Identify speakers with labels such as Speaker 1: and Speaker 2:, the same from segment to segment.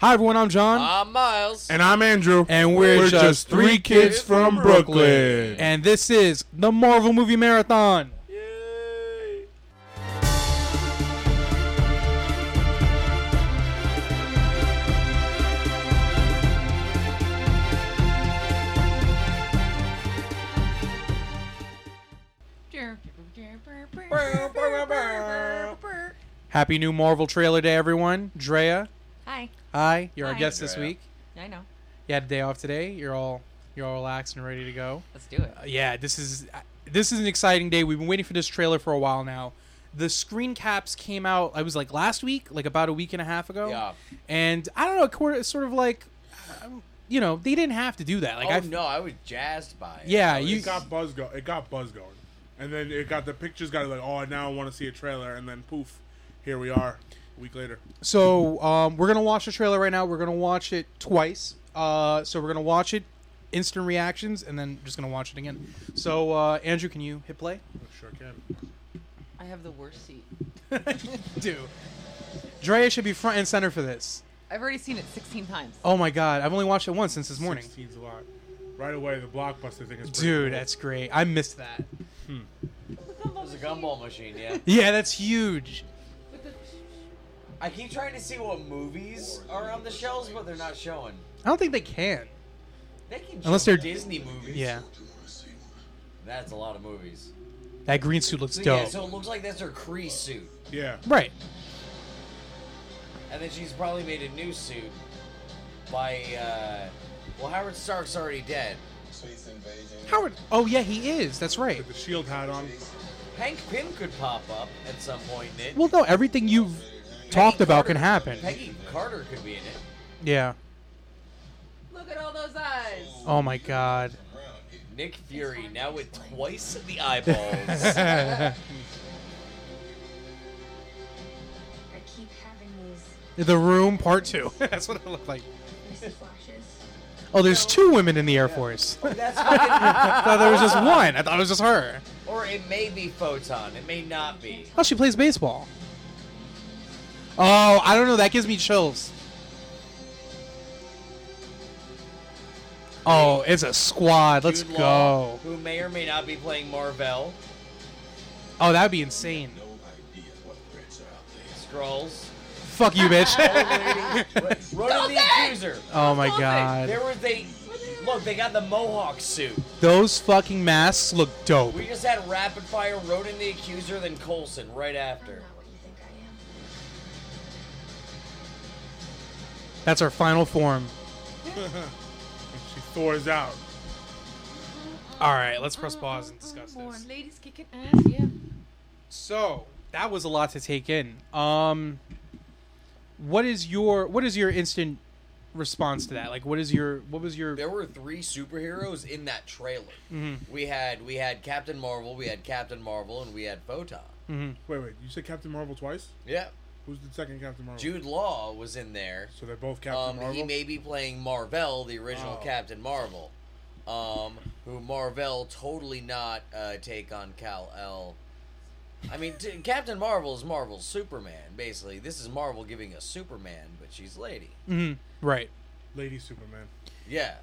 Speaker 1: Hi, everyone. I'm John.
Speaker 2: I'm Ah, Miles.
Speaker 3: And I'm Andrew.
Speaker 1: And we're just three kids
Speaker 2: from
Speaker 3: Brooklyn.
Speaker 1: and this is the Marvel Movie Marathon.
Speaker 2: Yay.
Speaker 1: Happy new Marvel trailer day, everyone. Drea,
Speaker 4: Hi.
Speaker 1: hi. You're our
Speaker 4: Hi.
Speaker 1: guest this
Speaker 2: Drea.
Speaker 1: week.
Speaker 4: I know.
Speaker 1: You had a day off today. You're all you're all relaxed and ready to go.
Speaker 4: Let's do it.
Speaker 1: Uh, yeah, this is uh, this is an exciting day. We've been waiting for this trailer for a while now. The screen caps came out. I was like last week, like about a week and a half ago.
Speaker 2: Yeah.
Speaker 1: And I don't know, quarter, sort of like, um, you know, they didn't have to do that. Like
Speaker 2: oh
Speaker 1: I
Speaker 2: no, I was jazzed by it.
Speaker 1: Yeah,
Speaker 2: I was-
Speaker 1: you-
Speaker 3: it got buzz go. It got buzz going, and then it got the pictures got like, oh, now I want to see a trailer, and then poof, here we are, a week later. Oh,
Speaker 1: So um, we're gonna watch the trailer right now. We're gonna watch it twice. Uh, so we're gonna watch it, instant reactions, and then just gonna watch it again. So uh, Andrew, can you hit play?
Speaker 3: I sure can.
Speaker 4: I have the worst seat.
Speaker 1: Do. Drea should be front and center for this.
Speaker 4: I've already seen it 16 times.
Speaker 1: Oh my god, I've only watched it once since this morning.
Speaker 3: 16's a lot. Right away, the blockbuster thing is. pretty
Speaker 1: Dude,
Speaker 3: cool.
Speaker 1: that's great. I missed that.
Speaker 2: it was a gumball machine. Yeah.
Speaker 1: Yeah, that's huge.
Speaker 2: I keep trying to see what movies are on the shelves, but they're not showing.
Speaker 1: I don't think they can.
Speaker 2: They can
Speaker 1: Unless
Speaker 2: show
Speaker 1: they're-
Speaker 2: Disney movies.
Speaker 1: Yeah,
Speaker 2: That's a lot of movies.
Speaker 1: that green suit looks
Speaker 2: So,
Speaker 1: dope.
Speaker 2: yeah, so it looks like that's her Cree suit,
Speaker 3: yeah.
Speaker 1: right.
Speaker 2: and then she's probably made a new suit by. Uh, well, Howard Stark's already dead.
Speaker 5: Space invasion.
Speaker 1: Howard. Oh yeah, he is. That's right.
Speaker 3: Put the shield hat on.
Speaker 2: Hank Pym could pop up at some point in it.
Speaker 1: Well, no, everything you've talked about can happen.
Speaker 2: Peggy Carter could be in it.
Speaker 1: Yeah.
Speaker 4: Look at all those eyes.
Speaker 1: Oh my god.
Speaker 2: Nick Fury now with twice the eyeballs.
Speaker 6: I keep having these,
Speaker 1: The Room Part Two. That's what it looked like.
Speaker 6: these flashes.
Speaker 1: Oh, there's two women in the Air Force. I
Speaker 2: That's fucking-
Speaker 1: thought there was just one. I thought it was just her.
Speaker 2: or it may be Photon. It may not be.
Speaker 1: Oh, she plays baseball. Oh, I don't know. That gives me chills. Oh, it's a squad. Let's
Speaker 2: Jude
Speaker 1: go.
Speaker 2: Law, Who may or may not be playing Marvel.
Speaker 1: Oh, that'd be insane.
Speaker 5: No idea what threats are out there.
Speaker 2: Scrolls.
Speaker 1: Fuck you, bitch.
Speaker 2: Ronan the Accuser.
Speaker 1: Oh my
Speaker 2: There
Speaker 1: god.
Speaker 2: was they. Look, they got the Mohawk suit.
Speaker 1: Those fucking masks look dope.
Speaker 2: We just had rapid fire Ronan the Accuser, then Colson right
Speaker 6: I'm
Speaker 2: after.
Speaker 6: not what you think I am.
Speaker 1: That's our final form.
Speaker 3: She Thor's out.
Speaker 1: All right, let's press pause and discuss this.
Speaker 4: Ladies kicking ass, yeah.
Speaker 1: So that was a lot to take in. Um, what is your what is your instant response to that? Like, what is your what was your
Speaker 2: There were three superheroes in that trailer.
Speaker 1: Mm-hmm.
Speaker 2: We had we had Captain Marvel, we had Captain Marvel, and we had Photon.
Speaker 3: Wait, wait. You said Captain Marvel twice?
Speaker 2: Yeah.
Speaker 3: Who's the second Captain Marvel?
Speaker 2: Jude Law was in there.
Speaker 3: So they're both Captain
Speaker 2: Um,
Speaker 3: Marvel.
Speaker 2: he may be playing Marvel, the original
Speaker 3: Oh.
Speaker 2: Captain Marvel, um, who Marvel totally not uh, take on Cal El. I mean, t- Captain Marvel is Marvel's Superman, basically. This is Marvel giving us Superman, but she's lady.
Speaker 1: Mhm, right?
Speaker 3: Lady Superman.
Speaker 2: Yeah,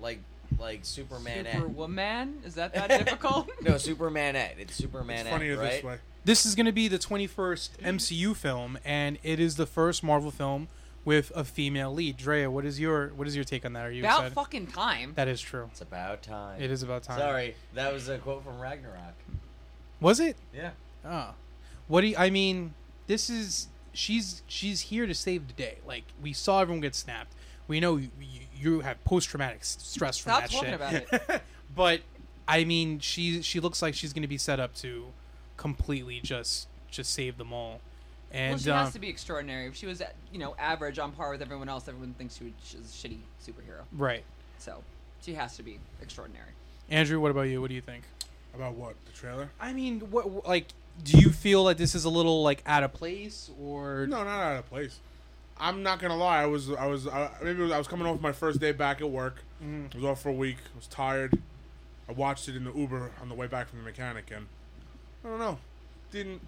Speaker 2: like like Superman.
Speaker 4: eh. Superwoman? Is that that difficult?
Speaker 2: no, Supermanette. It's Supermanette,
Speaker 3: It's funnier
Speaker 2: right?
Speaker 3: this way.
Speaker 1: This is going to be the 21st MCU film, and it is the first Marvel film with a female lead. Drea, what is your what is your take on that? Are you
Speaker 4: About
Speaker 1: excited?
Speaker 4: fucking time.
Speaker 1: that is true.
Speaker 2: It's about time.
Speaker 1: It is about time.
Speaker 2: Sorry, that was a quote from Ragnarok.
Speaker 1: Was it?
Speaker 2: Yeah.
Speaker 1: Oh. What do you, I mean? This is she's she's here to save the day. Like we saw everyone get snapped. We know you, you have post traumatic stress from
Speaker 4: Stop
Speaker 1: that
Speaker 4: talking
Speaker 1: shit.
Speaker 4: about it.
Speaker 1: but I mean, she she looks like she's going to be set up to completely just just save them all. And
Speaker 4: well, she
Speaker 1: um,
Speaker 4: has to be extraordinary. If she was, you know, average on par with everyone else, everyone thinks she was, she's a shitty superhero.
Speaker 1: right,
Speaker 4: So she has to be extraordinary.
Speaker 1: Andrew. What about you? What do you think?
Speaker 3: About what? The trailer?
Speaker 1: I mean, what like do you feel that this is a little like out of place or
Speaker 3: No, not out of place. I'm not gonna lie. I was, I was, I, maybe it was, I was coming off my first day back at work. I was off for a week. I was tired. I watched it in the Uber on the way back from the mechanic, and I don't know. Didn't.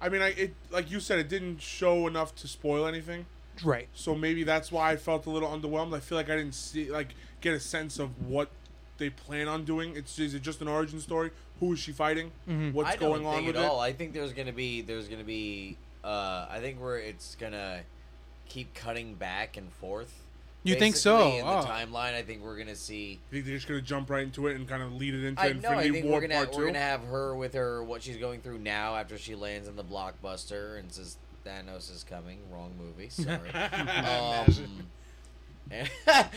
Speaker 3: I mean, I it like you said, it didn't show enough to spoil anything.
Speaker 1: Right.
Speaker 3: So maybe that's why I felt a little underwhelmed. I feel like I didn't see like get a sense of what they plan on doing. It's is it just an origin story? Who is she fighting? What's
Speaker 2: I don't
Speaker 3: going on
Speaker 2: think
Speaker 3: with
Speaker 2: at
Speaker 3: it?
Speaker 2: all. I think there's gonna be there's gonna be uh, I think where it's gonna keep cutting back and forth.
Speaker 1: You think
Speaker 2: Basically,
Speaker 1: so?
Speaker 2: In
Speaker 1: Oh.
Speaker 2: the timeline, I think we're gonna see.
Speaker 3: You think they're just gonna jump right into it and kind of lead it into
Speaker 2: I know. I
Speaker 3: Infinity
Speaker 2: think
Speaker 3: War
Speaker 2: we're gonna
Speaker 3: Part
Speaker 2: we're
Speaker 3: 2
Speaker 2: gonna have her with her what she's going through now after she lands in the blockbuster and says Thanos is coming. Wrong movie. Sorry. um, I,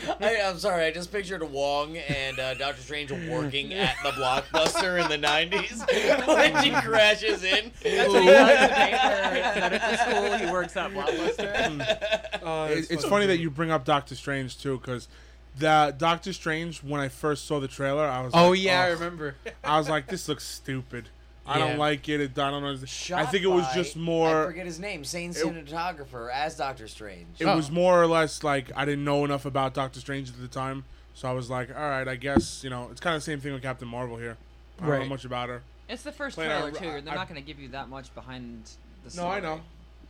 Speaker 2: I'm sorry. I just pictured Wong and uh, Doctor Strange working at the blockbuster in the '90s when she crashes in.
Speaker 4: That's what he does to pay for medical school. He works at Blockbuster.
Speaker 1: Uh,
Speaker 3: It- it's funny that you bring up Doctor Strange too, because the Doctor Strange when I first saw the trailer, I was
Speaker 1: Oh
Speaker 3: like,
Speaker 1: yeah, I
Speaker 3: "Ugh."
Speaker 1: remember.
Speaker 3: I was like, this looks stupid. I
Speaker 1: Yeah.
Speaker 3: don't like it. It- I don't know. I
Speaker 2: Shot
Speaker 3: think it was
Speaker 2: by-
Speaker 3: just
Speaker 2: I
Speaker 3: more.
Speaker 2: forget his name. Sane cinematographer as Doctor Strange.
Speaker 3: It was more or less like I didn't know enough about Doctor Strange at the time, so I was like, all right, I guess you know, it's kind of the same thing with Captain Marvel here. I don't
Speaker 1: Right.
Speaker 3: know much about her.
Speaker 4: It's the first
Speaker 3: Wait, I-
Speaker 4: trailer too. They're
Speaker 3: I-
Speaker 4: not going to give you that much behind the
Speaker 3: No,
Speaker 4: story.
Speaker 3: I know.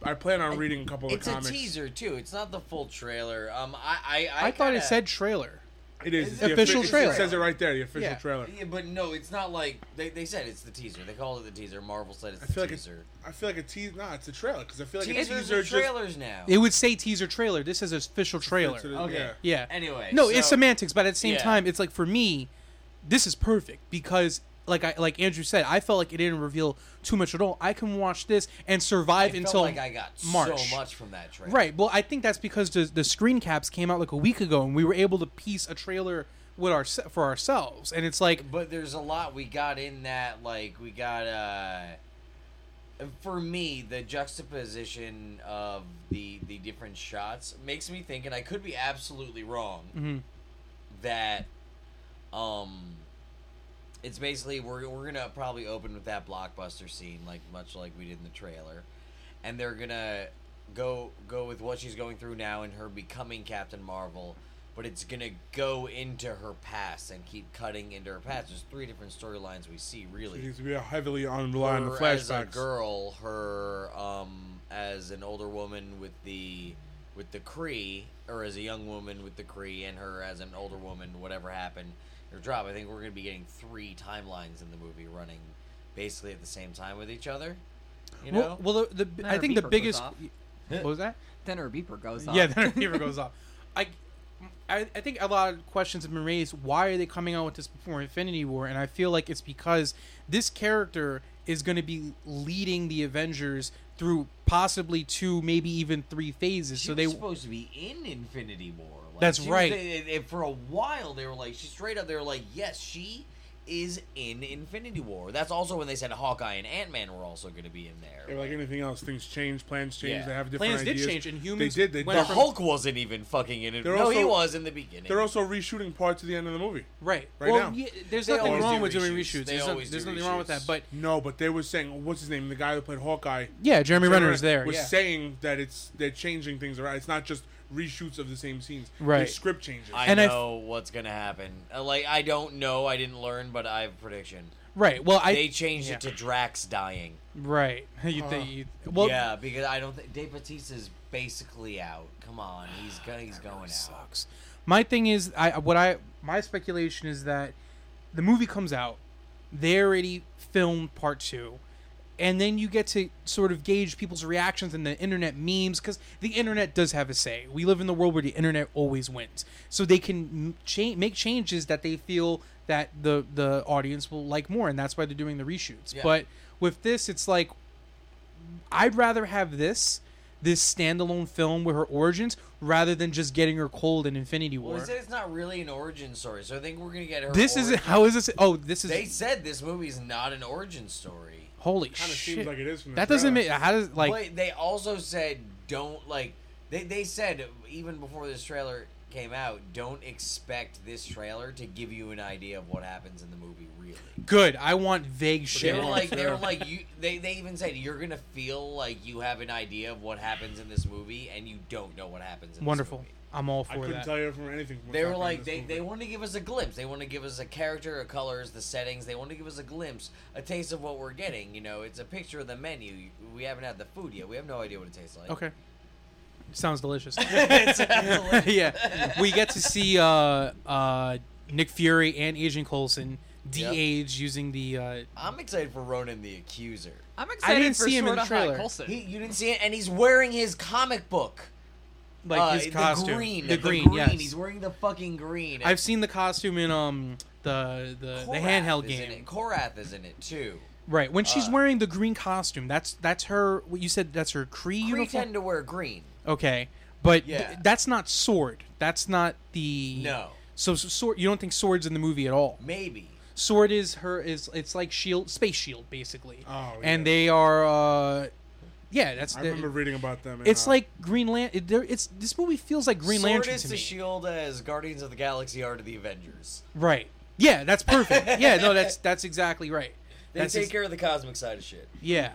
Speaker 3: I plan on reading a couple of
Speaker 2: it's a
Speaker 3: comics.
Speaker 2: teaser too. It's not the full trailer. Um, I I, I,
Speaker 1: I thought it
Speaker 2: kinda-
Speaker 1: said trailer.
Speaker 3: It is
Speaker 1: The
Speaker 3: the
Speaker 1: official
Speaker 3: offi-
Speaker 1: trailer.
Speaker 3: It says it right there. The official
Speaker 1: Yeah.
Speaker 3: trailer.
Speaker 2: Yeah, but no, it's not like they, they said it's the teaser. They called it the teaser. Marvel said it's
Speaker 3: I
Speaker 2: the
Speaker 3: feel like it's.
Speaker 2: teaser.
Speaker 3: I feel like a teaser. Nah, it's a trailer because I feel like a
Speaker 2: Teasers
Speaker 3: teaser
Speaker 2: are
Speaker 3: just-
Speaker 2: trailers now.
Speaker 1: It would say teaser trailer. This is official trailer. Uh,
Speaker 3: to the-
Speaker 2: Okay.
Speaker 3: yeah.
Speaker 1: Yeah.
Speaker 2: Anyway,
Speaker 1: no, it's
Speaker 2: so-
Speaker 1: semantics, but at the same
Speaker 2: Yeah.
Speaker 1: time, it's like for me, this is perfect because, like I like Andrew said, I felt like it didn't reveal too much at all. I can watch this and
Speaker 2: I
Speaker 1: survive
Speaker 2: felt
Speaker 1: until
Speaker 2: like I got
Speaker 1: March.
Speaker 2: so much from that trailer.
Speaker 1: Right. Well, I think that's because the the screen caps came out like a week ago, and we were able to piece a trailer with our for ourselves, and it's like
Speaker 2: But there's a lot we got in that. Like we got uh, for me the juxtaposition of the the different shots makes me think, and I could be absolutely wrong,
Speaker 1: Mm-hmm.
Speaker 2: that um, it's basically we're we're gonna probably open with that blockbuster scene, like much like we did in the trailer, and they're gonna go go with what she's going through now and her becoming Captain Marvel, but it's gonna go into her past and keep cutting into her past. There's three different storylines we see really
Speaker 3: It needs to be heavily on rely on the
Speaker 2: her as a
Speaker 3: flashbacks.
Speaker 2: girl, her um, as an older woman with the with the Cree, or as a young woman with the Cree, and her as an older woman. Whatever happened, her job. I think we're going to be getting three timelines in the movie running basically at the same time with each other. You
Speaker 1: well,
Speaker 2: know,
Speaker 1: well, the, the,
Speaker 4: Then
Speaker 1: I
Speaker 4: her
Speaker 1: think the
Speaker 4: beeper goes
Speaker 1: biggest.
Speaker 4: off.
Speaker 1: What was that?
Speaker 4: Then her beeper goes off.
Speaker 1: Yeah, then her fever goes off. I, I, I think a lot of questions have been raised. Why are they coming out with this before Infinity War? And I feel like it's because this character is going to be leading the Avengers through possibly two, maybe even three phases.
Speaker 2: she
Speaker 1: so they
Speaker 2: was supposed to be in Infinity War. Like,
Speaker 1: That's
Speaker 2: she was-
Speaker 1: right.
Speaker 2: they- they- they- for a while, they were like, she straight up, they were like, yes, she is in Infinity War. That's also when they said Hawkeye and Ant Man were also going to be in there.
Speaker 3: Yeah, like anything else, things change, plans change.
Speaker 2: Yeah.
Speaker 3: They have different
Speaker 1: plans did
Speaker 3: ideas.
Speaker 1: change, and humans
Speaker 3: They did. They
Speaker 1: went
Speaker 2: The
Speaker 3: different-
Speaker 2: Hulk wasn't even fucking in it.
Speaker 3: They're
Speaker 2: no, he
Speaker 3: also-
Speaker 2: was in the beginning.
Speaker 3: They're also reshooting parts of the end of the movie.
Speaker 1: right.
Speaker 3: Right
Speaker 1: well,
Speaker 3: now.
Speaker 1: yeah, there's
Speaker 2: They
Speaker 1: nothing
Speaker 2: always
Speaker 1: wrong
Speaker 2: do
Speaker 1: with doing
Speaker 2: reshoots.
Speaker 1: reshoots.
Speaker 2: They
Speaker 1: There's, no-
Speaker 2: always do
Speaker 1: there's nothing wrong with that.
Speaker 2: reshoots.
Speaker 1: But
Speaker 3: No, but they were saying, what's his name? The guy who played Hawkeye.
Speaker 1: yeah, Jeremy
Speaker 3: Jeremy
Speaker 1: Renner is there.
Speaker 3: Was
Speaker 1: yeah.
Speaker 3: saying that it's they're changing things around. It's not just reshoots of the same scenes.
Speaker 1: Right.
Speaker 3: There's script changes.
Speaker 2: I
Speaker 1: and I f-
Speaker 2: know what's gonna happen. Uh, Like I don't know. I didn't learn, but I have a prediction.
Speaker 1: right. Well, I
Speaker 2: they changed
Speaker 1: yeah.
Speaker 2: it to Drax dying.
Speaker 1: right. you think you well
Speaker 2: yeah, because I don't think Dave Bautista's basically out. Come on, he's go- he's going out.
Speaker 1: sucks. My thing is, I what I my speculation is that the movie comes out, they already filmed part two, and then you get to sort of gauge people's reactions and the internet memes because the internet does have a say. We live in the world where the internet always wins, so they can change make changes that they feel that the the audience will like more, and that's why they're doing the reshoots.
Speaker 2: Yeah.
Speaker 1: But with this, it's like I'd rather have this this standalone film with her origins rather than just getting her cold in Infinity War.
Speaker 2: Well, they said it's not really an origin story, so I think we're gonna get her.
Speaker 1: this is
Speaker 2: origin-
Speaker 1: how is this? Oh, this is
Speaker 2: They said this movie's not an origin story.
Speaker 1: holy
Speaker 3: kind of
Speaker 1: shit.
Speaker 3: seems like it is. From the
Speaker 1: that doesn't
Speaker 3: trailer.
Speaker 1: make how does like
Speaker 2: but they also said don't like they, they said even before this trailer came out don't expect this trailer to give you an idea of what happens in the movie really
Speaker 1: good. I want vague
Speaker 2: they
Speaker 1: shit.
Speaker 2: were like they were like you they, they even said you're gonna feel like you have an idea of what happens in this movie and you don't know what happens in
Speaker 1: Wonderful.
Speaker 2: this movie.
Speaker 1: I'm all
Speaker 3: I
Speaker 1: for
Speaker 3: couldn't
Speaker 1: that.
Speaker 3: tell you from anything. from what's
Speaker 2: they were
Speaker 3: happening
Speaker 2: like
Speaker 3: in
Speaker 2: they,
Speaker 3: this
Speaker 2: they
Speaker 3: movie.
Speaker 2: want to give us a glimpse they want to give us a character a colors the settings they want to give us a glimpse a taste of what we're getting you know it's a picture of the menu we haven't had the food yet we have no idea what it tastes like
Speaker 1: Okay. Sounds delicious.
Speaker 2: It's- it's
Speaker 1: yeah, we get to see uh, uh, Nick Fury and Agent Coulson de-age using the. Uh,
Speaker 2: I'm excited for Ronan the Accuser.
Speaker 4: I'm excited
Speaker 1: didn't
Speaker 4: for
Speaker 1: see him in
Speaker 4: Sword
Speaker 1: the
Speaker 4: of High
Speaker 1: trailer.
Speaker 4: Coulson.
Speaker 2: He, you didn't see it, and he's wearing his comic book.
Speaker 1: like
Speaker 2: Uh,
Speaker 1: his costume,
Speaker 2: the green,
Speaker 1: the green, yes.
Speaker 2: He's wearing the fucking green.
Speaker 1: I've seen the costume in um the the, the
Speaker 2: Korath
Speaker 1: handheld
Speaker 2: is in
Speaker 1: game.
Speaker 2: it. Korath is in it too.
Speaker 1: Right when she's
Speaker 2: Uh,
Speaker 1: wearing the green costume, that's that's her. What you said? That's her Kree
Speaker 2: Kree
Speaker 1: uniform.
Speaker 2: tend to wear green.
Speaker 1: Okay, but th-
Speaker 2: Yeah.
Speaker 1: that's not sword. That's not the
Speaker 2: No,
Speaker 1: So, so sword. You don't think sword's in the movie at all.
Speaker 2: maybe.
Speaker 1: Sword is her. Is it's like shield, space shield, basically.
Speaker 3: Oh,
Speaker 1: And
Speaker 3: yeah.
Speaker 1: they are. uh Yeah, that's.
Speaker 3: I
Speaker 1: the-
Speaker 3: remember reading about them. in,
Speaker 1: it's
Speaker 3: uh,
Speaker 1: like Green Lantern. it's this movie feels like Green
Speaker 2: Sword
Speaker 1: Lantern
Speaker 2: is
Speaker 1: to
Speaker 2: to
Speaker 1: me.
Speaker 2: Shield as Guardians of the Galaxy are to the Avengers.
Speaker 1: Right. Yeah, that's perfect. yeah, no, that's that's exactly right.
Speaker 2: They
Speaker 1: That's
Speaker 2: take
Speaker 1: ex-
Speaker 2: care of the cosmic side of shit.
Speaker 1: Yeah.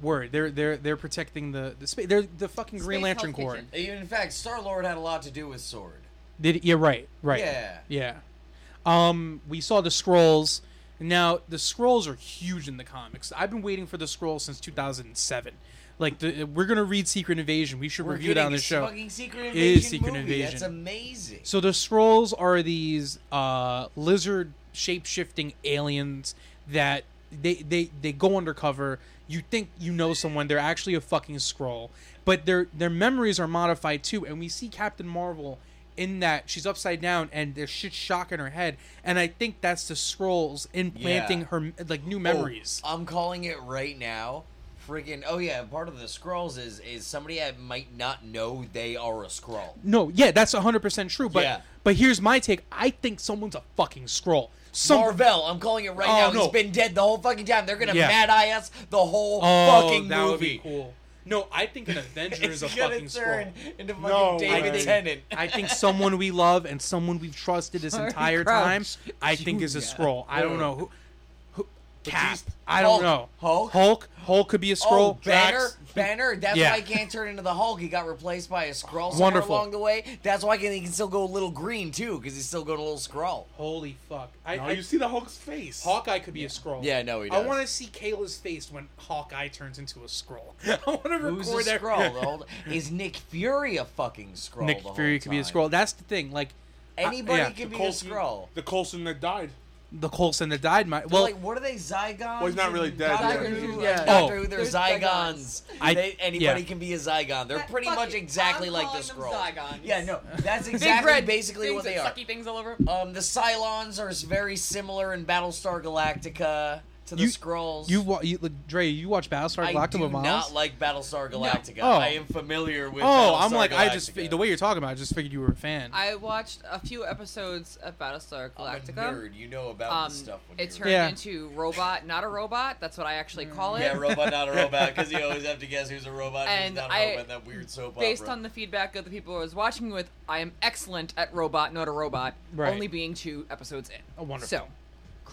Speaker 1: Word. They're they're they're protecting the the space. They're the fucking Green
Speaker 4: Space
Speaker 1: Lantern
Speaker 4: Health
Speaker 1: Corps.
Speaker 4: Kitchen.
Speaker 2: Even in fact, Star Lord had a lot to do with Sword.
Speaker 1: Did yeah right right
Speaker 2: Yeah.
Speaker 1: yeah. Um, we saw the scrolls. Now the scrolls are huge in the comics. I've been waiting for the scrolls since 2007. Like the, we're gonna read Secret Invasion. We should
Speaker 2: We're
Speaker 1: review it
Speaker 2: getting
Speaker 1: on
Speaker 2: a
Speaker 1: the show.
Speaker 2: Fucking Secret
Speaker 1: It is
Speaker 2: Invasion
Speaker 1: Secret
Speaker 2: movie. That's
Speaker 1: Invasion.
Speaker 2: amazing.
Speaker 1: So the scrolls are these uh, lizard shape-shifting aliens that they, they they go undercover. You think you know someone, they're actually a fucking scroll, but their their memories are modified too. And we see Captain Marvel in that she's upside down and there's shit shock in her head. And I think that's the scrolls implanting
Speaker 2: Yeah.
Speaker 1: her like new
Speaker 2: Oh,
Speaker 1: memories.
Speaker 2: I'm calling it right now. Friggin' oh yeah, part of the scrolls is is somebody that might not know they are a scroll.
Speaker 1: No, yeah, that's 100% true. But
Speaker 2: Yeah.
Speaker 1: but here's my take. I think someone's a fucking scroll. Some
Speaker 2: Marvel, I'm calling it right
Speaker 1: Oh,
Speaker 2: now.
Speaker 1: no.
Speaker 2: He's been dead the whole fucking time. They're gonna
Speaker 1: Yeah.
Speaker 2: mad eye us the whole
Speaker 1: Oh,
Speaker 2: fucking
Speaker 1: that
Speaker 2: movie.
Speaker 1: would be cool. No, I think an Avenger
Speaker 2: It's
Speaker 1: is a
Speaker 2: gonna
Speaker 1: fucking
Speaker 2: turn
Speaker 1: scroll.
Speaker 2: into fucking
Speaker 3: No
Speaker 2: David
Speaker 3: way.
Speaker 2: Tennant.
Speaker 1: I think someone we love and someone we've trusted this
Speaker 4: Sorry,
Speaker 1: entire time,
Speaker 4: Crouch.
Speaker 1: I think is a
Speaker 4: Junior.
Speaker 1: scroll. I don't
Speaker 3: Dude.
Speaker 1: know who. who Cap.
Speaker 3: Batiste-
Speaker 1: I don't
Speaker 2: Hulk.
Speaker 1: know.
Speaker 2: Hulk?
Speaker 1: Hulk. Hulk could be a scroll.
Speaker 2: Oh, Banner,
Speaker 1: Drax.
Speaker 2: Banner. That's
Speaker 1: Yeah.
Speaker 2: why he can't turn into the Hulk. He got replaced by a Skrull somewhere
Speaker 1: Wonderful.
Speaker 2: along the way. That's why he can, he can still go a little green too, because he's still going a little Skrull.
Speaker 1: Holy fuck! I,
Speaker 3: No,
Speaker 1: I,
Speaker 3: you see the Hulk's face.
Speaker 1: Hawkeye could be a scroll.
Speaker 2: Yeah, no, he
Speaker 1: I
Speaker 2: does.
Speaker 1: want to see Kayla's face when Hawkeye turns into a scroll. I want to record
Speaker 2: Who's a
Speaker 1: that.
Speaker 2: scroll? The whole, is Nick Fury a fucking scroll?
Speaker 1: Nick
Speaker 2: the whole
Speaker 1: Fury could be a
Speaker 2: time?
Speaker 1: scroll. That's the thing. Like
Speaker 2: Anybody
Speaker 1: yeah,
Speaker 2: could
Speaker 3: The
Speaker 2: be a scroll.
Speaker 3: The Coulson that died.
Speaker 1: the Colson that died. My
Speaker 2: Well,
Speaker 1: well,
Speaker 2: like, what are they Zygons?
Speaker 3: Well, he's not really
Speaker 2: and
Speaker 3: dead
Speaker 2: Doctor
Speaker 3: yet.
Speaker 2: Who,
Speaker 4: Yeah.
Speaker 2: yeah. Doctor
Speaker 1: Oh.
Speaker 2: Who, they're
Speaker 4: There's
Speaker 2: Zygons.
Speaker 4: Zygons.
Speaker 1: I-
Speaker 2: they, anybody
Speaker 1: yeah.
Speaker 2: can be a Zygon. They're
Speaker 4: That-
Speaker 2: pretty
Speaker 4: fuck
Speaker 2: much
Speaker 4: it.
Speaker 2: exactly
Speaker 4: I'm
Speaker 2: like the
Speaker 4: calling them
Speaker 2: scroll.
Speaker 4: Zygons.
Speaker 2: Yeah, no, that's
Speaker 4: Big
Speaker 2: exactly
Speaker 4: red
Speaker 2: basically
Speaker 4: things
Speaker 2: what they
Speaker 4: with
Speaker 2: are.
Speaker 4: Sucky things all over.
Speaker 2: Um, the Cylons are very similar in Battlestar Galactica to the
Speaker 1: You-
Speaker 2: Skrulls.
Speaker 1: you, wa- you Dre, you watch Battlestar
Speaker 2: I
Speaker 1: Galactica
Speaker 2: do
Speaker 1: with Miles?
Speaker 2: not like Battlestar Galactica.
Speaker 1: Oh.
Speaker 2: I am familiar with.
Speaker 1: Oh, I'm
Speaker 2: Battlestar
Speaker 1: like I just
Speaker 2: Galactica.
Speaker 1: the way you're talking about. it, I just figured you were a fan.
Speaker 4: I watched a few episodes of Battlestar
Speaker 2: I'm a
Speaker 4: Galactica.
Speaker 2: nerd. You know about
Speaker 4: Um,
Speaker 2: this stuff. When
Speaker 4: it
Speaker 2: you're
Speaker 4: turned
Speaker 2: a
Speaker 1: Yeah.
Speaker 4: into robot, not a robot. That's what I actually call it.
Speaker 2: Yeah, robot, not a robot, because you always have to guess who's a robot and
Speaker 4: And
Speaker 2: who's not a
Speaker 4: I-
Speaker 2: robot. That weird soap
Speaker 4: Based
Speaker 2: opera.
Speaker 4: on the feedback of the people I was watching with, I am excellent at robot, not a robot.
Speaker 1: Right.
Speaker 4: Only being two episodes in.
Speaker 1: Oh, wonderful.
Speaker 4: So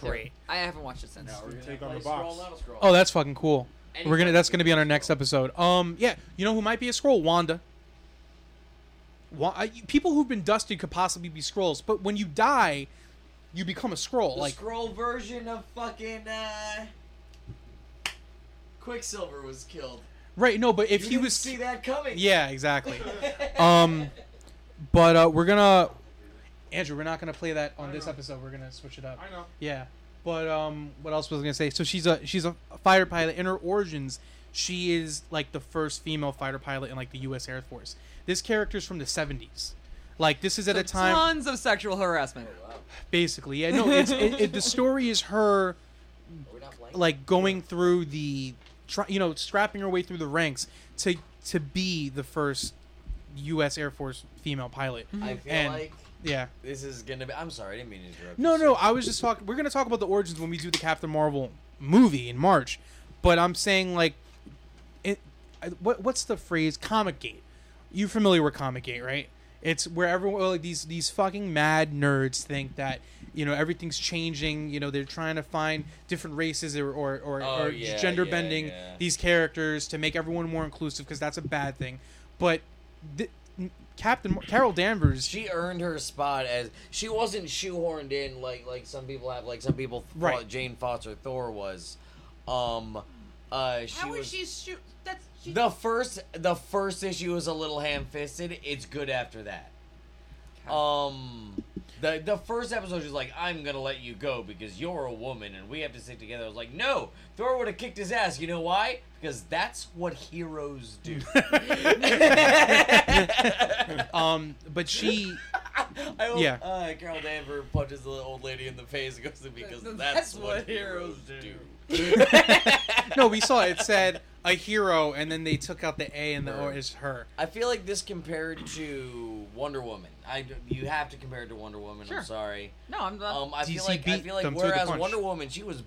Speaker 1: Great.
Speaker 4: I haven't watched it since.
Speaker 3: We're gonna take on the box.
Speaker 1: Oh, that's fucking cool.
Speaker 4: Any
Speaker 1: We're gonna.
Speaker 4: fucking
Speaker 1: That's gonna be on our
Speaker 4: Scroll.
Speaker 1: next episode. Um, yeah. You know who might be a scroll? Wanda. Wa- I- people who've been dusted could possibly be scrolls, but when you die, you become a scroll.
Speaker 2: The
Speaker 1: like
Speaker 2: scroll version of fucking uh, Quicksilver was killed.
Speaker 1: right? No, but if
Speaker 2: you
Speaker 1: he
Speaker 2: didn't
Speaker 1: was,
Speaker 2: see that coming.
Speaker 1: yeah, exactly. um, but uh, we're gonna, Andrew. We're not gonna play that on
Speaker 3: I
Speaker 1: this
Speaker 3: know.
Speaker 1: episode. We're gonna switch it up.
Speaker 3: I know.
Speaker 1: Yeah, but um, what else was I gonna say? So she's a she's a fighter pilot. In her origins, she is like the first female fighter pilot in like the U.S. Air Force. This character's from the '70s. Like this is at a time
Speaker 4: Tons of sexual harassment.
Speaker 2: Oh,
Speaker 1: basically. Yeah, no, it's it, it, the story is her
Speaker 2: We're not blanking.
Speaker 1: like going through the, try, you know, scrapping her way through the ranks to to be the first U.S. Air Force female pilot.
Speaker 2: I feel
Speaker 1: And-
Speaker 2: like
Speaker 1: Yeah.
Speaker 2: this is gonna be. I'm sorry, I didn't mean to interrupt.
Speaker 1: No,
Speaker 2: you,
Speaker 1: no,
Speaker 2: sir.
Speaker 1: I was just talking. We're gonna talk about the origins when we do the Captain Marvel movie in March, but I'm saying like, it, I- what what's the phrase Comic Gate? You're familiar with Comic Gate, right? It's where everyone well, like these these fucking mad nerds think that you know everything's changing. You know they're trying to find different races or or, or,
Speaker 2: Oh,
Speaker 1: or
Speaker 2: yeah,
Speaker 1: gender
Speaker 2: yeah,
Speaker 1: bending
Speaker 2: yeah.
Speaker 1: these characters to make everyone more inclusive because that's a bad thing. But th- Captain Carol Danvers,
Speaker 2: She earned her spot as she wasn't shoehorned in like like some people have like some people thought
Speaker 1: Right.
Speaker 2: Jane Foster Thor was. Um, uh, she
Speaker 4: How
Speaker 2: was.
Speaker 4: is she shoot? That's
Speaker 2: The first the first issue is a little ham fisted. It's good after that. Um the the first episode she's like, I'm gonna let you go because you're a woman and we have to stick together. I was like, No, Thor would have kicked his ass, you know why? Because that's what heroes do.
Speaker 1: Um, but she,
Speaker 2: I hope
Speaker 1: Yeah.
Speaker 2: uh, Carol Danver punches the old lady in the face and goes because
Speaker 4: That's
Speaker 2: that's,
Speaker 4: what
Speaker 2: what,
Speaker 4: heroes
Speaker 2: heroes
Speaker 4: do."
Speaker 2: do.
Speaker 1: no, we saw it said a hero, and then they took out the A and the O is her.
Speaker 2: I feel like this compared to Wonder Woman. I d- you have to compare it to Wonder Woman.
Speaker 4: Sure.
Speaker 2: I'm sorry.
Speaker 4: No, I'm not.
Speaker 2: Um, I feel
Speaker 1: DC
Speaker 2: like I
Speaker 1: beat
Speaker 2: feel like
Speaker 1: them to the
Speaker 2: whereas
Speaker 1: punch.
Speaker 2: Wonder Woman, she was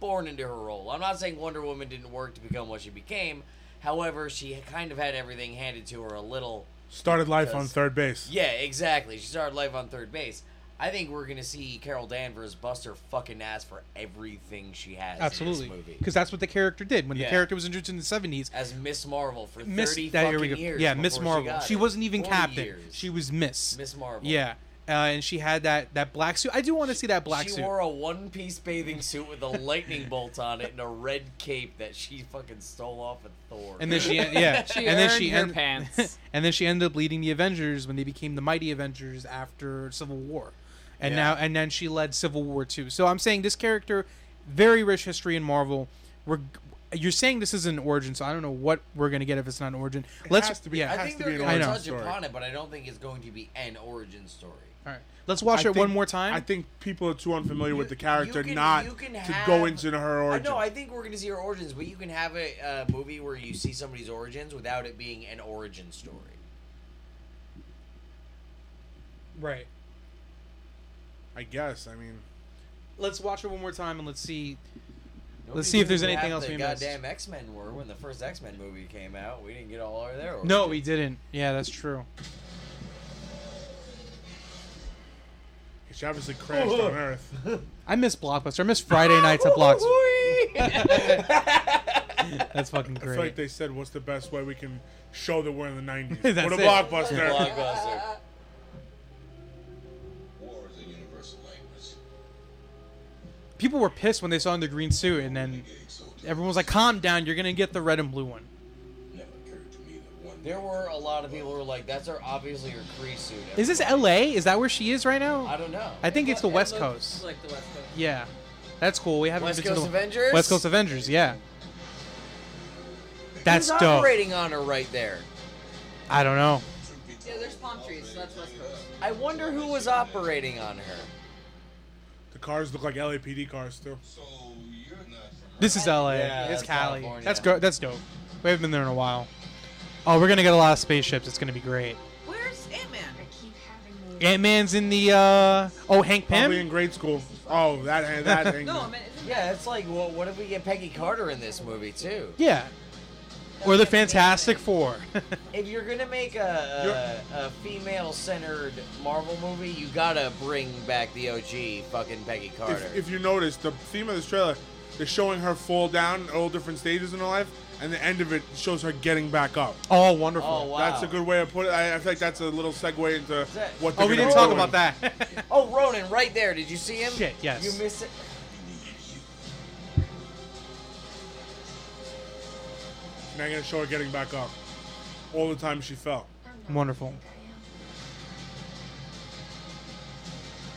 Speaker 2: born into her role. I'm not saying Wonder Woman didn't work to become what she became. However, she kind of had everything handed to her a little.
Speaker 3: Started life on
Speaker 2: Yes.
Speaker 3: third base.
Speaker 2: Yeah, exactly. She started life on third base. I think we're gonna see Carol Danvers bust her fucking ass for everything she has.
Speaker 1: Absolutely,
Speaker 2: in this movie.
Speaker 1: because that's what the character did when the
Speaker 2: Yeah.
Speaker 1: character was introduced in the seventies.
Speaker 2: as Miss Marvel for
Speaker 1: Miss
Speaker 2: thirty
Speaker 1: that here
Speaker 2: fucking
Speaker 1: we go.
Speaker 2: years.
Speaker 1: yeah, Miss
Speaker 2: before
Speaker 1: Marvel.
Speaker 2: got
Speaker 1: She,
Speaker 2: it.
Speaker 1: wasn't even
Speaker 2: 40
Speaker 1: captain.
Speaker 2: years.
Speaker 1: She was Miss.
Speaker 2: Miss Marvel.
Speaker 1: Yeah, uh, and she had that that black suit. I do want to see that black
Speaker 2: she
Speaker 1: suit.
Speaker 2: wore a one-piece bathing suit with a lightning bolt on it and a red cape that she fucking stole off of Thor.
Speaker 1: and then she, yeah,
Speaker 4: She
Speaker 1: and then
Speaker 4: earned
Speaker 1: she
Speaker 4: her
Speaker 1: end-
Speaker 4: pants.
Speaker 1: and then she ended up leading the Avengers when they became the Mighty Avengers after Civil War, and
Speaker 2: Yeah.
Speaker 1: now and then she led Civil War too. So I'm saying this character, very rich history in Marvel. We're you're saying this is an origin, so I don't know what we're gonna get if it's not an origin. Let's
Speaker 3: has to be.
Speaker 1: yeah.
Speaker 2: I
Speaker 3: has
Speaker 2: think
Speaker 3: to
Speaker 2: they're
Speaker 3: be an
Speaker 2: going to
Speaker 1: origin
Speaker 2: touch
Speaker 3: story.
Speaker 2: upon it, but I don't think it's going to be an origin story.
Speaker 1: All right, let's watch
Speaker 3: I
Speaker 1: it
Speaker 3: think-
Speaker 1: one more time.
Speaker 3: I think people are too unfamiliar with
Speaker 2: You-
Speaker 3: the character
Speaker 2: you can-
Speaker 3: not
Speaker 2: you can
Speaker 3: to
Speaker 2: have-
Speaker 3: go into her origin.
Speaker 2: I know. I think we're going to see her origins, but you can have a, a movie where you see somebody's origins without it being an origin story.
Speaker 1: right.
Speaker 3: I guess. I mean,
Speaker 1: Let's watch it one more time and let's see. Let's see if there's anything else we
Speaker 2: The
Speaker 1: missed.
Speaker 2: goddamn X Men were when the first X Men movie came out. We didn't get all over there.
Speaker 1: No, we didn't. Yeah, that's true.
Speaker 3: she obviously crashed
Speaker 2: Oh.
Speaker 3: on Earth.
Speaker 1: I miss Blockbuster. I miss Friday nights at Blockbuster. That's fucking
Speaker 3: I feel like
Speaker 1: great.
Speaker 3: they said, "What's the best way we can show that we're in the '90s?"
Speaker 1: That's
Speaker 3: what a
Speaker 1: it.
Speaker 3: blockbuster!
Speaker 2: Blockbuster.
Speaker 5: War is a universal language.
Speaker 1: People were pissed when they saw him in the green suit, and then
Speaker 5: Getting so
Speaker 1: everyone was like, "Calm down, you're gonna get the red and blue one."
Speaker 5: never occurred to me that one
Speaker 2: There were a lot of people who were like, "That's her, obviously her Cree suit."
Speaker 1: Is this
Speaker 2: everybody."
Speaker 1: L.A.? Is that where she is right
Speaker 2: I
Speaker 1: now?
Speaker 2: don't know.
Speaker 1: I think it's the
Speaker 4: It
Speaker 1: West
Speaker 4: looks
Speaker 1: Coast.
Speaker 4: Like the West Coast.
Speaker 1: Yeah, that's cool. We haven't
Speaker 2: West
Speaker 1: been to
Speaker 2: Coast
Speaker 1: the
Speaker 2: Avengers.
Speaker 1: West Coast Avengers. Yeah, that's
Speaker 2: Who's
Speaker 1: dope.
Speaker 2: operating on her right there.
Speaker 1: I don't know.
Speaker 4: Yeah, there's palm trees, so that's West Coast.
Speaker 2: I wonder who was operating on her.
Speaker 3: The cars look like LAPD cars too.
Speaker 5: So you're not from
Speaker 1: This is L.A.
Speaker 2: Yeah,
Speaker 1: it's
Speaker 2: that's
Speaker 1: Cali.
Speaker 2: California.
Speaker 1: That's go- that's dope. We haven't been there in a while. Oh, we're gonna get a lot of spaceships. It's gonna be great.
Speaker 4: Where's Ant Man?
Speaker 6: I keep having these.
Speaker 1: Ant Man's in the uh oh Hank
Speaker 3: Probably in
Speaker 1: Pym.
Speaker 3: grade school. Oh, that that thing.
Speaker 4: No, I mean, isn't
Speaker 2: Yeah, it's like, well, what if we get Peggy Carter in this movie too?
Speaker 1: Yeah, or the Fantastic Four.
Speaker 2: If you're gonna make a a, a female-centered Marvel movie, you gotta bring back the OG fucking Peggy Carter.
Speaker 3: if, if you notice, the theme of this trailer, they're showing her fall down at all different stages in her life, and the end of it shows her getting back up.
Speaker 1: oh, wonderful.
Speaker 2: oh wow.
Speaker 3: That's a good way to put it. I, I think that's a little segue into
Speaker 2: that-
Speaker 3: what.
Speaker 1: Oh,
Speaker 3: they're
Speaker 1: we
Speaker 3: gonna
Speaker 1: didn't
Speaker 3: be
Speaker 1: talk
Speaker 3: doing.
Speaker 1: about that.
Speaker 2: Oh, Ronan, right there. Did you see him?
Speaker 1: Shit, yes.
Speaker 2: You miss it.
Speaker 3: Now you're gonna show her getting back up. All the time she fell.
Speaker 6: I'm not
Speaker 1: Wonderful.
Speaker 6: who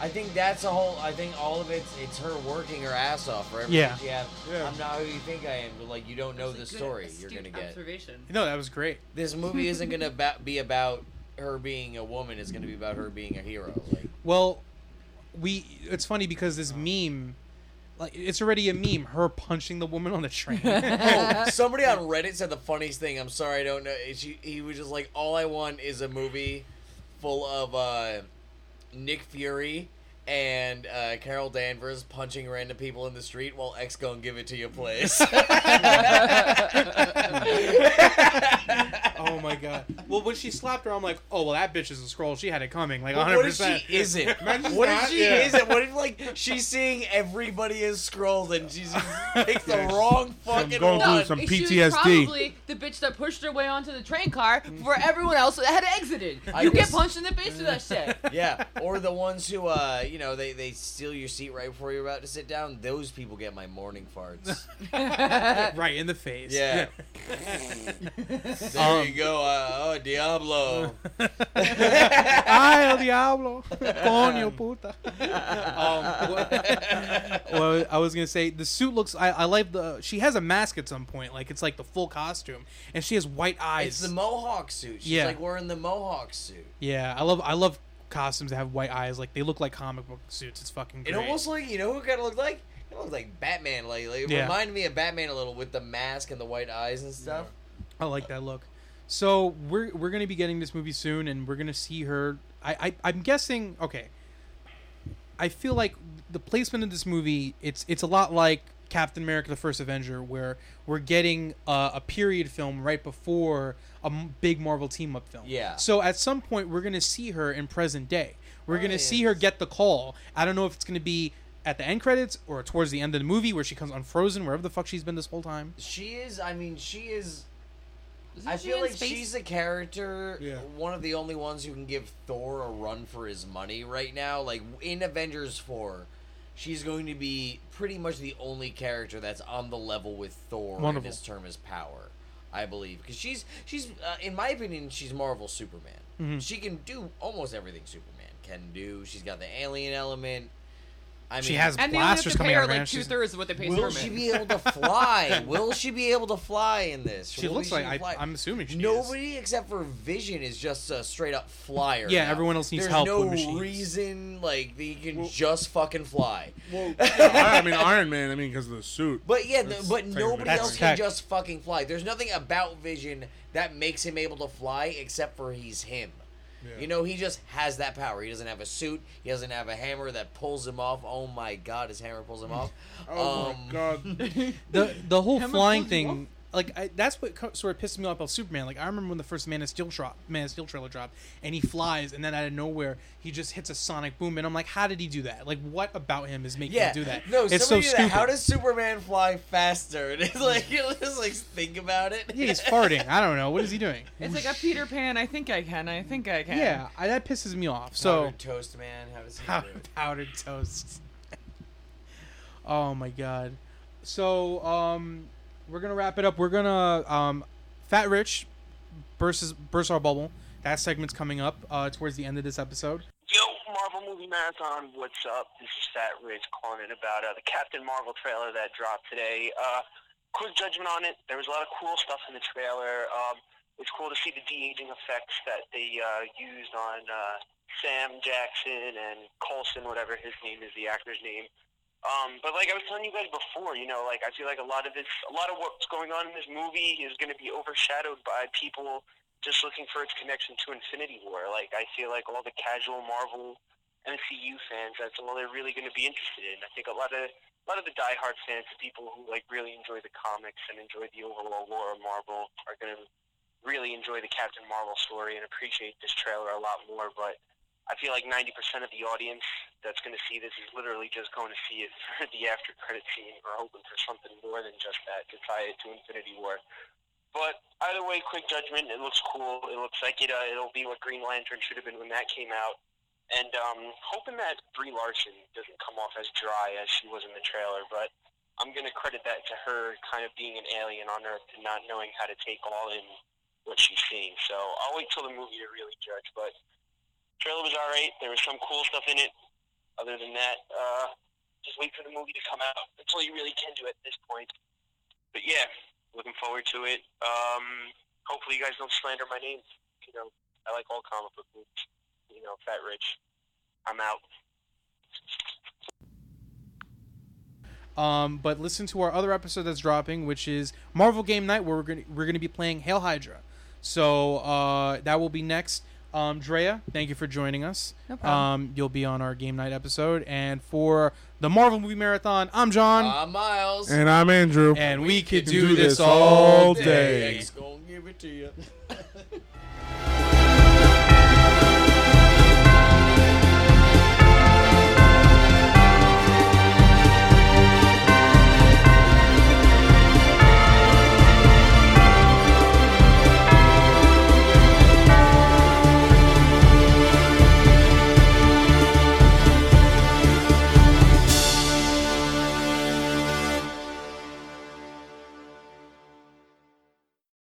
Speaker 6: I think I
Speaker 2: I
Speaker 6: am.
Speaker 2: think that's a whole. I think all of it's it's her working her ass off for everything
Speaker 1: Yeah.
Speaker 2: she has.
Speaker 3: Yeah.
Speaker 2: I'm not who you think I am, but like you don't know the
Speaker 4: That's a good,
Speaker 2: story you're
Speaker 4: astute
Speaker 2: gonna get.
Speaker 4: Observation.
Speaker 1: no, that was great.
Speaker 2: This movie isn't gonna ba- be about her being a woman. It's gonna be about her being a hero. Like
Speaker 1: Well, we. It's funny because this meme, like, it's already a meme. Her punching the woman on the train.
Speaker 2: Oh, somebody on Reddit said the funniest thing. I'm sorry, I don't know. She, he was just like, all I want is a movie full of uh, Nick Fury and uh, Carol Danvers punching random people in the street while X gon' give it to you plays.
Speaker 1: Oh my god. Well, when she slapped her, I'm like, oh well, that bitch is a scroll. She had it coming, like 100.
Speaker 2: Well, What if
Speaker 1: percent
Speaker 2: she isn't?
Speaker 3: Imagine
Speaker 2: what if
Speaker 3: that,
Speaker 2: she
Speaker 3: yeah.
Speaker 2: isn't? What if like she's seeing everybody is scrolled and she's picks the
Speaker 3: Yeah,
Speaker 2: wrong fucking
Speaker 3: going through
Speaker 2: one?
Speaker 3: some
Speaker 7: She was
Speaker 3: PTSD.
Speaker 7: probably the bitch that pushed her way onto the train car before everyone else had exited.
Speaker 2: I
Speaker 7: you
Speaker 2: guess-
Speaker 7: get punched in the face for that shit.
Speaker 2: yeah, or the ones who uh, you know, they they steal your seat right before you're about to sit down. Those people get my morning farts.
Speaker 1: right in the face.
Speaker 2: Yeah.
Speaker 1: Um,
Speaker 2: there you go. Uh, oh, Diablo.
Speaker 1: Ay, el diablo. Coño, puta. Um, what- well, I was gonna say the suit looks. I, I like the. She has a mask at some point, like it's like the full costume, and she has white eyes.
Speaker 2: It's the mohawk suit. She's
Speaker 1: Yeah.
Speaker 2: like wearing the mohawk suit.
Speaker 1: yeah, I love. I love costumes that have white eyes. Like they look like comic book suits. It's fucking.
Speaker 2: It
Speaker 1: Great.
Speaker 2: almost like you know who it kind of looked like. It looked like Batman lately. It
Speaker 1: Yeah.
Speaker 2: reminded me of Batman a little with the mask and the white eyes and stuff.
Speaker 1: I like that look. So we're we're gonna be getting this movie soon, and we're gonna see her. I, I I'm guessing. Okay. I feel like the placement of this movie it's it's a lot like Captain America: The First Avenger, where we're getting uh, a period film right before a m- big Marvel team up film.
Speaker 2: Yeah.
Speaker 1: So at some point, we're gonna see her in present day. We're gonna
Speaker 2: yeah.
Speaker 1: see her get the call. I don't know if it's gonna be at the end credits or towards the end of the movie where she comes unfrozen, wherever the fuck she's been this whole time.
Speaker 2: She is. I mean, she is.
Speaker 7: Isn't
Speaker 2: I
Speaker 7: she
Speaker 2: feel
Speaker 7: in
Speaker 2: like
Speaker 7: space?
Speaker 2: she's a character,
Speaker 3: Yeah.
Speaker 2: one of the only ones who can give Thor a run for his money right now. Like in Avengers 4, she's going to be pretty much the only character that's on the level with Thor in
Speaker 1: Wonderful.
Speaker 2: his term as power, I believe, because she's she's uh, in my opinion she's Marvel Superman.
Speaker 1: Mm-hmm.
Speaker 2: She can do almost everything Superman can do. She's got the alien element. I mean,
Speaker 1: She has
Speaker 4: And they only have
Speaker 1: blasters
Speaker 4: to pay
Speaker 1: coming
Speaker 4: her
Speaker 1: out of her
Speaker 4: like
Speaker 1: hands.
Speaker 4: two
Speaker 1: She's-
Speaker 4: thirds of what they pay
Speaker 2: Will
Speaker 4: Superman.
Speaker 2: she be able to fly? Will she be able to fly in this?
Speaker 1: She
Speaker 2: Will
Speaker 1: looks like
Speaker 2: fly?
Speaker 1: I, I'm assuming she Is.
Speaker 2: Nobody except for Vision is just a straight up flyer.
Speaker 1: Yeah,
Speaker 2: now.
Speaker 1: everyone else needs
Speaker 2: There's
Speaker 1: help
Speaker 2: no
Speaker 1: with machines.
Speaker 2: reason like that you can just fucking fly.
Speaker 3: I I mean, Iron Man. I mean, because of the suit.
Speaker 2: But yeah, the,
Speaker 3: That's
Speaker 2: but
Speaker 3: taking
Speaker 2: nobody
Speaker 3: That's
Speaker 2: else can
Speaker 1: tech.
Speaker 2: just fucking fly. There's nothing about Vision that makes him able to fly except for he's him.
Speaker 3: Yeah.
Speaker 2: You know, he just has that power. He doesn't have a suit. He doesn't have a hammer that pulls him off. Oh my god, his hammer pulls him off.
Speaker 3: Oh
Speaker 2: um,
Speaker 3: my god.
Speaker 1: the the whole
Speaker 4: How much
Speaker 1: flying
Speaker 4: was it
Speaker 1: thing. Like I, that's what co- sort of pissed me off about Superman. Like I remember when the first Man of Steel drop, Man of Steel trailer dropped, and he flies, and then out of nowhere he just hits a sonic boom, and I'm like, how did he do that? Like what about him is making
Speaker 2: Yeah,
Speaker 1: him do that?
Speaker 2: No,
Speaker 1: it's so
Speaker 2: somebody did that.
Speaker 1: stupid.
Speaker 2: How does Superman fly faster? And it's like, you just like think about it.
Speaker 1: yeah, he's farting. I don't know. What is he doing?
Speaker 4: It's like a Peter Pan. I think I can. I think I can.
Speaker 1: Yeah, I, that pisses me off. So
Speaker 2: Powdered toast man, how does he
Speaker 1: Pow-
Speaker 2: do it?
Speaker 1: powdered toast. oh my god. So um, we're gonna wrap it up. We're gonna um, Fat Rich versus burst our bubble. That segment's coming up uh, towards the end of this episode.
Speaker 8: Yo, Marvel Movie Marathon, what's up? This is Fat Rich calling in about uh, the Captain Marvel trailer that dropped today. Uh, quick judgment on it. There was a lot of cool stuff in the trailer. Um, it's cool to see the de-aging effects that they uh, used on uh, Sam Jackson and Colson, whatever his name is, the actor's name. Um, but like I was telling you guys before, you know, like I feel like a lot of this, a lot of what's going on in this movie is going to be overshadowed by people just looking for its connection to Infinity War. Like I feel like all the casual Marvel MCU fans, that's all they're really going to be interested in. I think a lot of a lot of the diehard fans, the people who like really enjoy the comics and enjoy the overall lore of Marvel, are going to really enjoy the Captain Marvel story and appreciate this trailer a lot more. But I feel like 90% of the audience that's going to see this is literally just going to see it for the after credit scene or hoping for something more than just that to tie it to Infinity War. But either way, quick judgment. It looks cool. It looks like it. Uh, it'll be what Green Lantern should have been when that came out. And um, hoping that Brie Larson doesn't come off as dry as she was in the trailer. But I'm gonna credit that to her kind of being an alien on Earth and not knowing how to take all in what she's seeing. So I'll wait till the movie to really judge. But trailer was alright. There was some cool stuff in it. Other than that, uh, just wait for the movie to come out. That's all you really can do at this point. But yeah, looking forward to it. Um, hopefully you guys don't slander my name. You know, I like all comic book movies. You know, Fat Rich. I'm out.
Speaker 1: Um, but listen to our other episode that's dropping, which is Marvel Game Night, where we're gonna we're gonna be playing Hail Hydra. So uh, that will be next. Um, Drea, thank you for joining us.
Speaker 4: No problem.
Speaker 1: Um, you'll be on our game night episode. And for the Marvel Movie Marathon, I'm John.
Speaker 2: Uh, Miles.
Speaker 3: And I'm Andrew.
Speaker 1: and we could
Speaker 3: can
Speaker 1: do, this all
Speaker 3: day.
Speaker 1: day.
Speaker 2: X gonna give it to you.